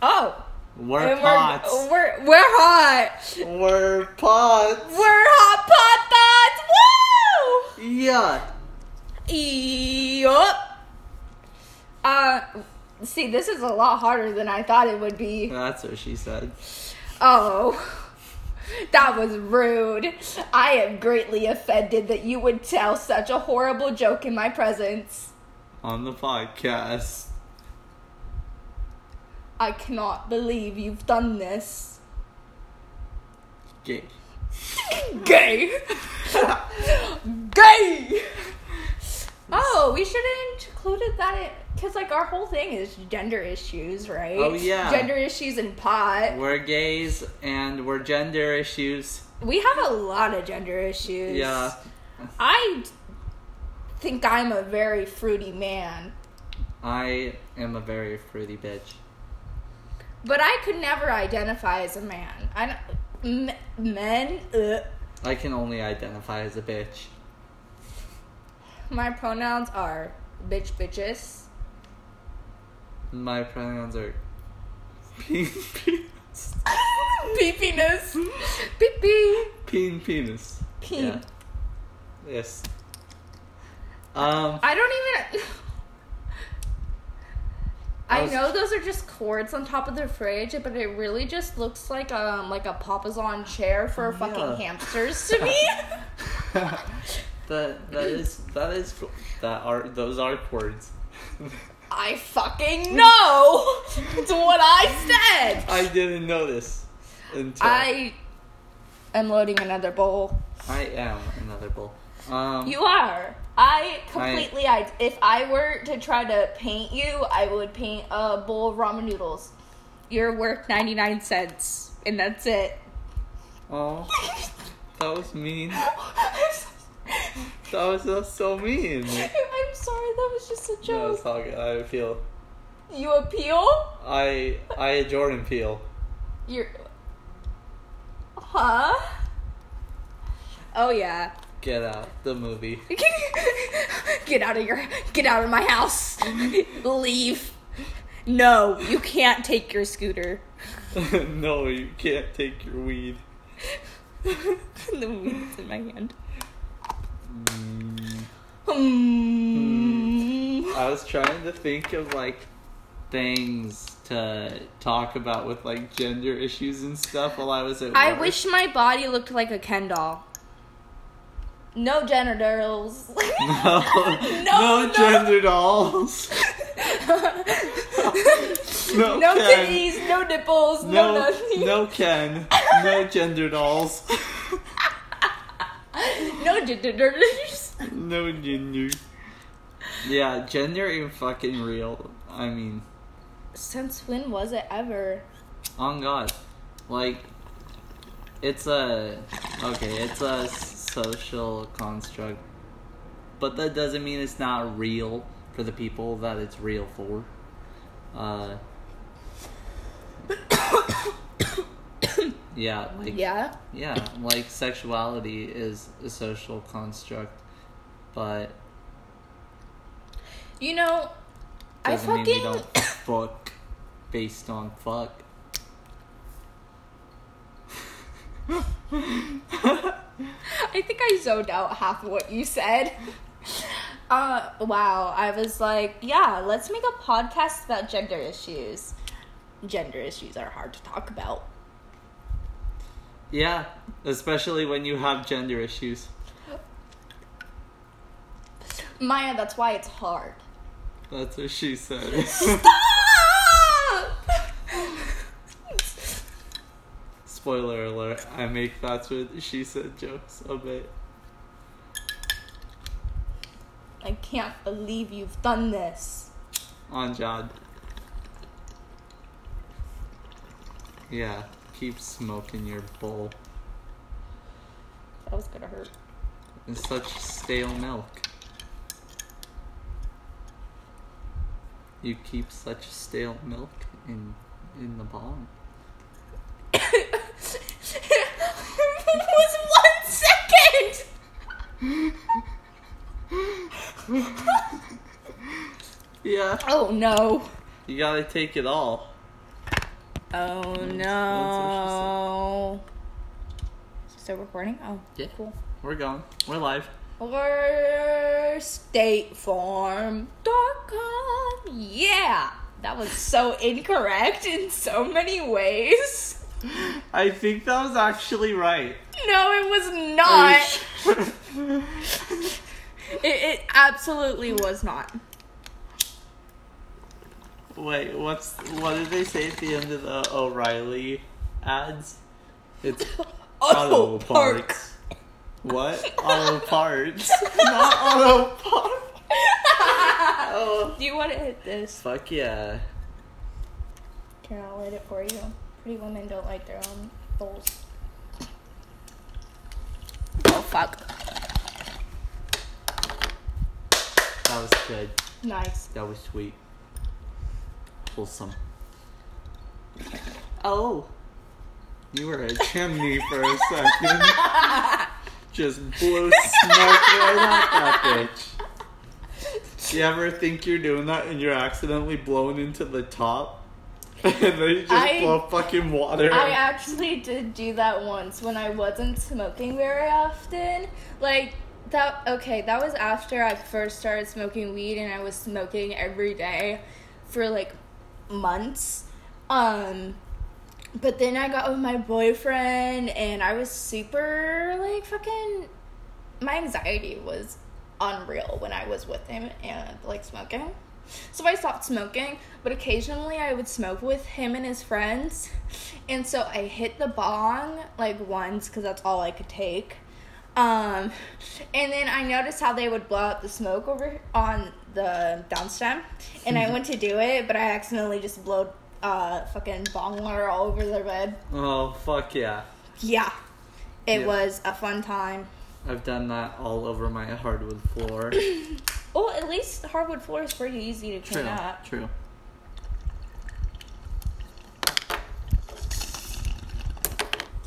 Oh. We're and pots. We're, we're, we're hot. We're, pots. We're hot pot thoughts. Yeah. Woo! Yup. Uh, see, this is a lot harder than I thought it would be. That's what she said. Oh. That was rude. I am greatly offended that you would tell such a horrible joke in my presence. On the podcast. I cannot believe you've done this. Gay. Gay! Gay! Oh, we should have included that because, like, our whole thing is gender issues, right? Oh, yeah. Gender issues and pot. We're gays and we're gender issues. We have a lot of gender issues. Yeah. I think I'm a very fruity man, I am a very fruity bitch. but I could never identify as a man. I don't, m- men. Ugh. I can only identify as a bitch. My pronouns are bitch, bitches. My pronouns are. Peen penis. Peepiness. Peep pee. Peen penis. Peen. Yeah. Yes. Um. I don't even. I I was- know those are just cords on top of the fridge, but it really just looks like um like a papa's chair for Oh, Yeah. fucking hamsters to me. that that is that is cool. that are those are words. I fucking know. It's what I said. Mm. I didn't notice until I am loading another bowl. I am another bull. Um, You are. I completely. I, if I were to try to paint you, I would paint a bowl of ramen noodles. You're worth ninety nine cents, and that's it. oh, that was mean. That I'm was just so mean. sorry. That was just a No, joke. it's not good. I appeal. You appeal? I I adore and peel. You're. Huh? Oh yeah. Get out the movie. get out of your get out of my house leave no you can't take your scooter no, you can't take your weed. the weed's in my hand Mm. Hmm. I was trying to think of like things to talk about with like gender issues and stuff while I was at i work. wish my body looked like a ken doll no genitals no, no, no. gender dolls. No, no Ken. titties no nipples no, No, nothing no Ken. No gender dolls. no genitals No gender. Yeah, gender ain't fucking real. I mean, since when was it ever on God, like it's a okay, it's a s- social construct, but that doesn't mean it's not real for the people that it's real for. Uh, yeah, like yeah yeah, like sexuality is a social construct, but You know, I doesn't mean we fucking don't fuck based on fuck. I think I zoned out half of what you said. Uh wow, I was like, yeah, let's make a podcast about gender issues. Gender issues are hard to talk about. Yeah, especially when you have gender issues. Maya, that's why it's hard. That's what she said. Spoiler alert, I make that's what she said jokes a bit. I can't believe you've done this. On Jod. Yeah, keep smoking your bowl. That was gonna hurt. It's such stale milk. You keep such stale milk in in the bong. it was one second! Yeah. Oh no. Oh, You gotta take it all. Oh That's- no. Still recording? Oh, Yeah. cool. We're going. We're live. Or statefarm.com. Yeah. That was so incorrect in so many ways. I think that was actually right. No, it was not. Are you sure? It, it absolutely was not. Wait, what's what did they say at the end of the O'Reilly ads? It's auto, Auto park. parts. What? auto parts. Not auto parts. Oh. Do you want to hit this? Fuck yeah. Here, I'll hit it for you. Pretty women don't like their own bowls. Oh, fuck. That was good. Nice. That was sweet. Wholesome. Oh. You were a chimney for a second. Just blew smoke right off that bitch. Do you ever think you're doing that and you're accidentally blown into the top? and then you just I- blow fucking water. I actually did do that once when I wasn't smoking very often. Like that okay, that was after I first started smoking weed and I was smoking every day for like months. Um but then I got with my boyfriend and I was super like fucking my anxiety was unreal when I was with him and like smoking. So I stopped smoking, but occasionally I would smoke with him and his friends. And so I hit the bong like once because that's all I could take. Um, and then I noticed how they would blow out the smoke over on the downstem. And I went to do it, but I accidentally just blowed uh, fucking bong water all over their bed. oh, fuck yeah. Yeah. It Yeah. was a fun time. I've done that all over my hardwood floor. Well, at least hardwood floor is pretty easy to clean True. up. True.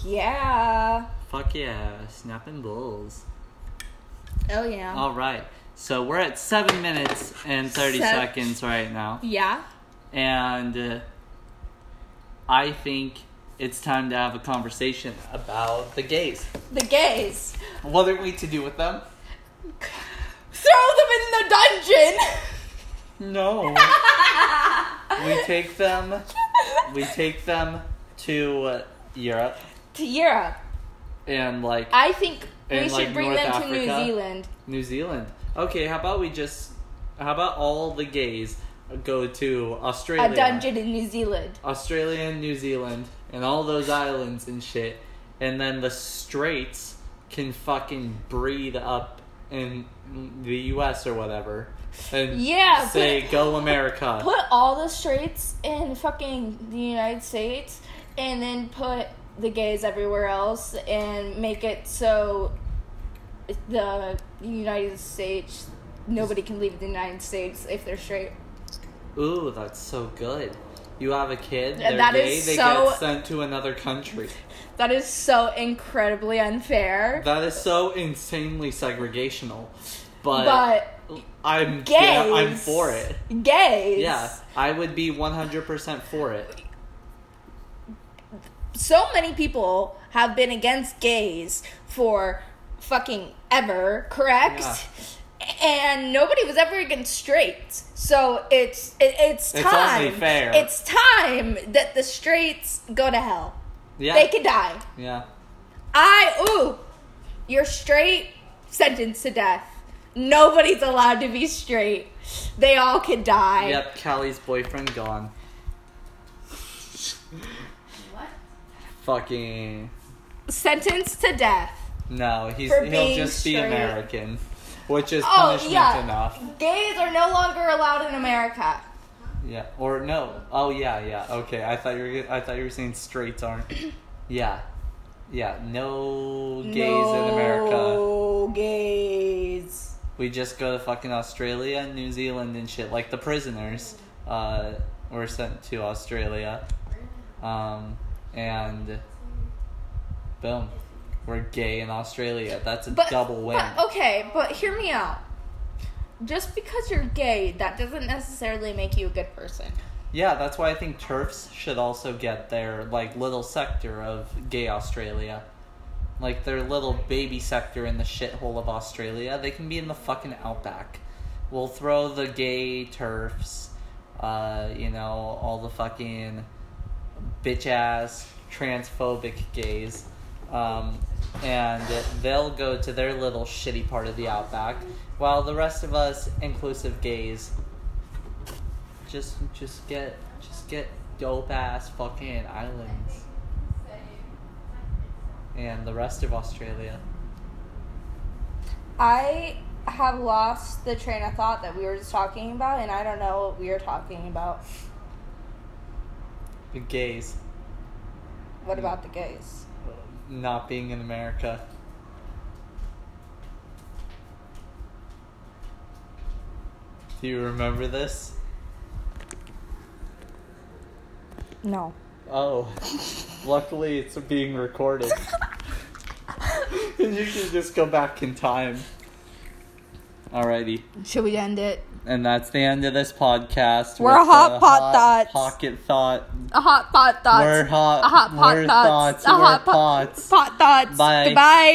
Yeah. Fuck yeah. Snapping bulls. Oh yeah. All right. So we're at seven minutes and 30 Sev- seconds right now. yeah. And uh, I think it's time to have a conversation about the gays. The gays. What are we to do with them? Throw them in the dungeon. No. we take them. We take them to uh, Europe to Europe. and like I think we And, like, should bring North them to New Africa? Zealand. New Zealand. Okay, how about we just how about all the gays go to Australia? A dungeon in New Zealand. Australia and New Zealand and all those islands and shit. And then the straits can fucking breathe up in the US or whatever. And Yeah, say, but- go America. Put all the straits in fucking the United States, and then put the gays everywhere else, and make it so the United States nobody can leave the United States if they're straight. Ooh, that's so good. You have a kid, Yeah, they're that gay, is they so- get sent to another country. That is so incredibly unfair. That is so insanely segregational. But, but I'm gays, yeah, I'm for it. Gays. Yeah, I would be 100% for it. so many people have been against gays for fucking ever, correct? Yeah. And nobody was ever against straights. So it's it, it's It's time. only fair. It's time that the straights go to hell. Yeah. They could die. yeah. I ooh, you're straight, sentenced to death. Nobody's allowed to be straight. They all could die. Yep, Callie's boyfriend gone. What? Fucking Sentenced to death. no, he's For he'll being just be straight. American, which is Oh, punishment yeah. enough. Gays are no longer allowed in America. Yeah, or no? Oh yeah, yeah. Okay, I thought you were I thought you were saying straights aren't. yeah, yeah. No gays in America. No gays. We just go to fucking Australia, and New Zealand, and shit. Like the prisoners, uh, were sent to Australia, um, and boom, we're gay in Australia. That's a But, double win. but- okay, but hear me out. Just because you're gay, that doesn't necessarily make you a good person. Yeah, that's why I think turfs should also get their like little sector of gay Australia. Like their little baby sector in the shithole of Australia. They can be in the fucking outback. We'll throw the gay turfs, uh, you know, all the fucking bitch ass transphobic gays. Um, and they'll go to their little shitty part of the outback, while the rest of us inclusive gays just just get just get dope ass fucking islands and the rest of Australia. I have lost the train of thought that we were just talking about, and I don't know what we were talking about. The gays Mm. What about the gays? not being in America. Do you remember this? No. Oh, luckily it's being recorded. and you can just go back in time. Alrighty. Should we end it? And that's the end of this podcast. We're with hot the pot hot thoughts. Pocket thought. A hot pot thoughts. We're hot. A hot pot we're thoughts. thoughts. A we're hot pot pots. pot thoughts. Bye. Goodbye.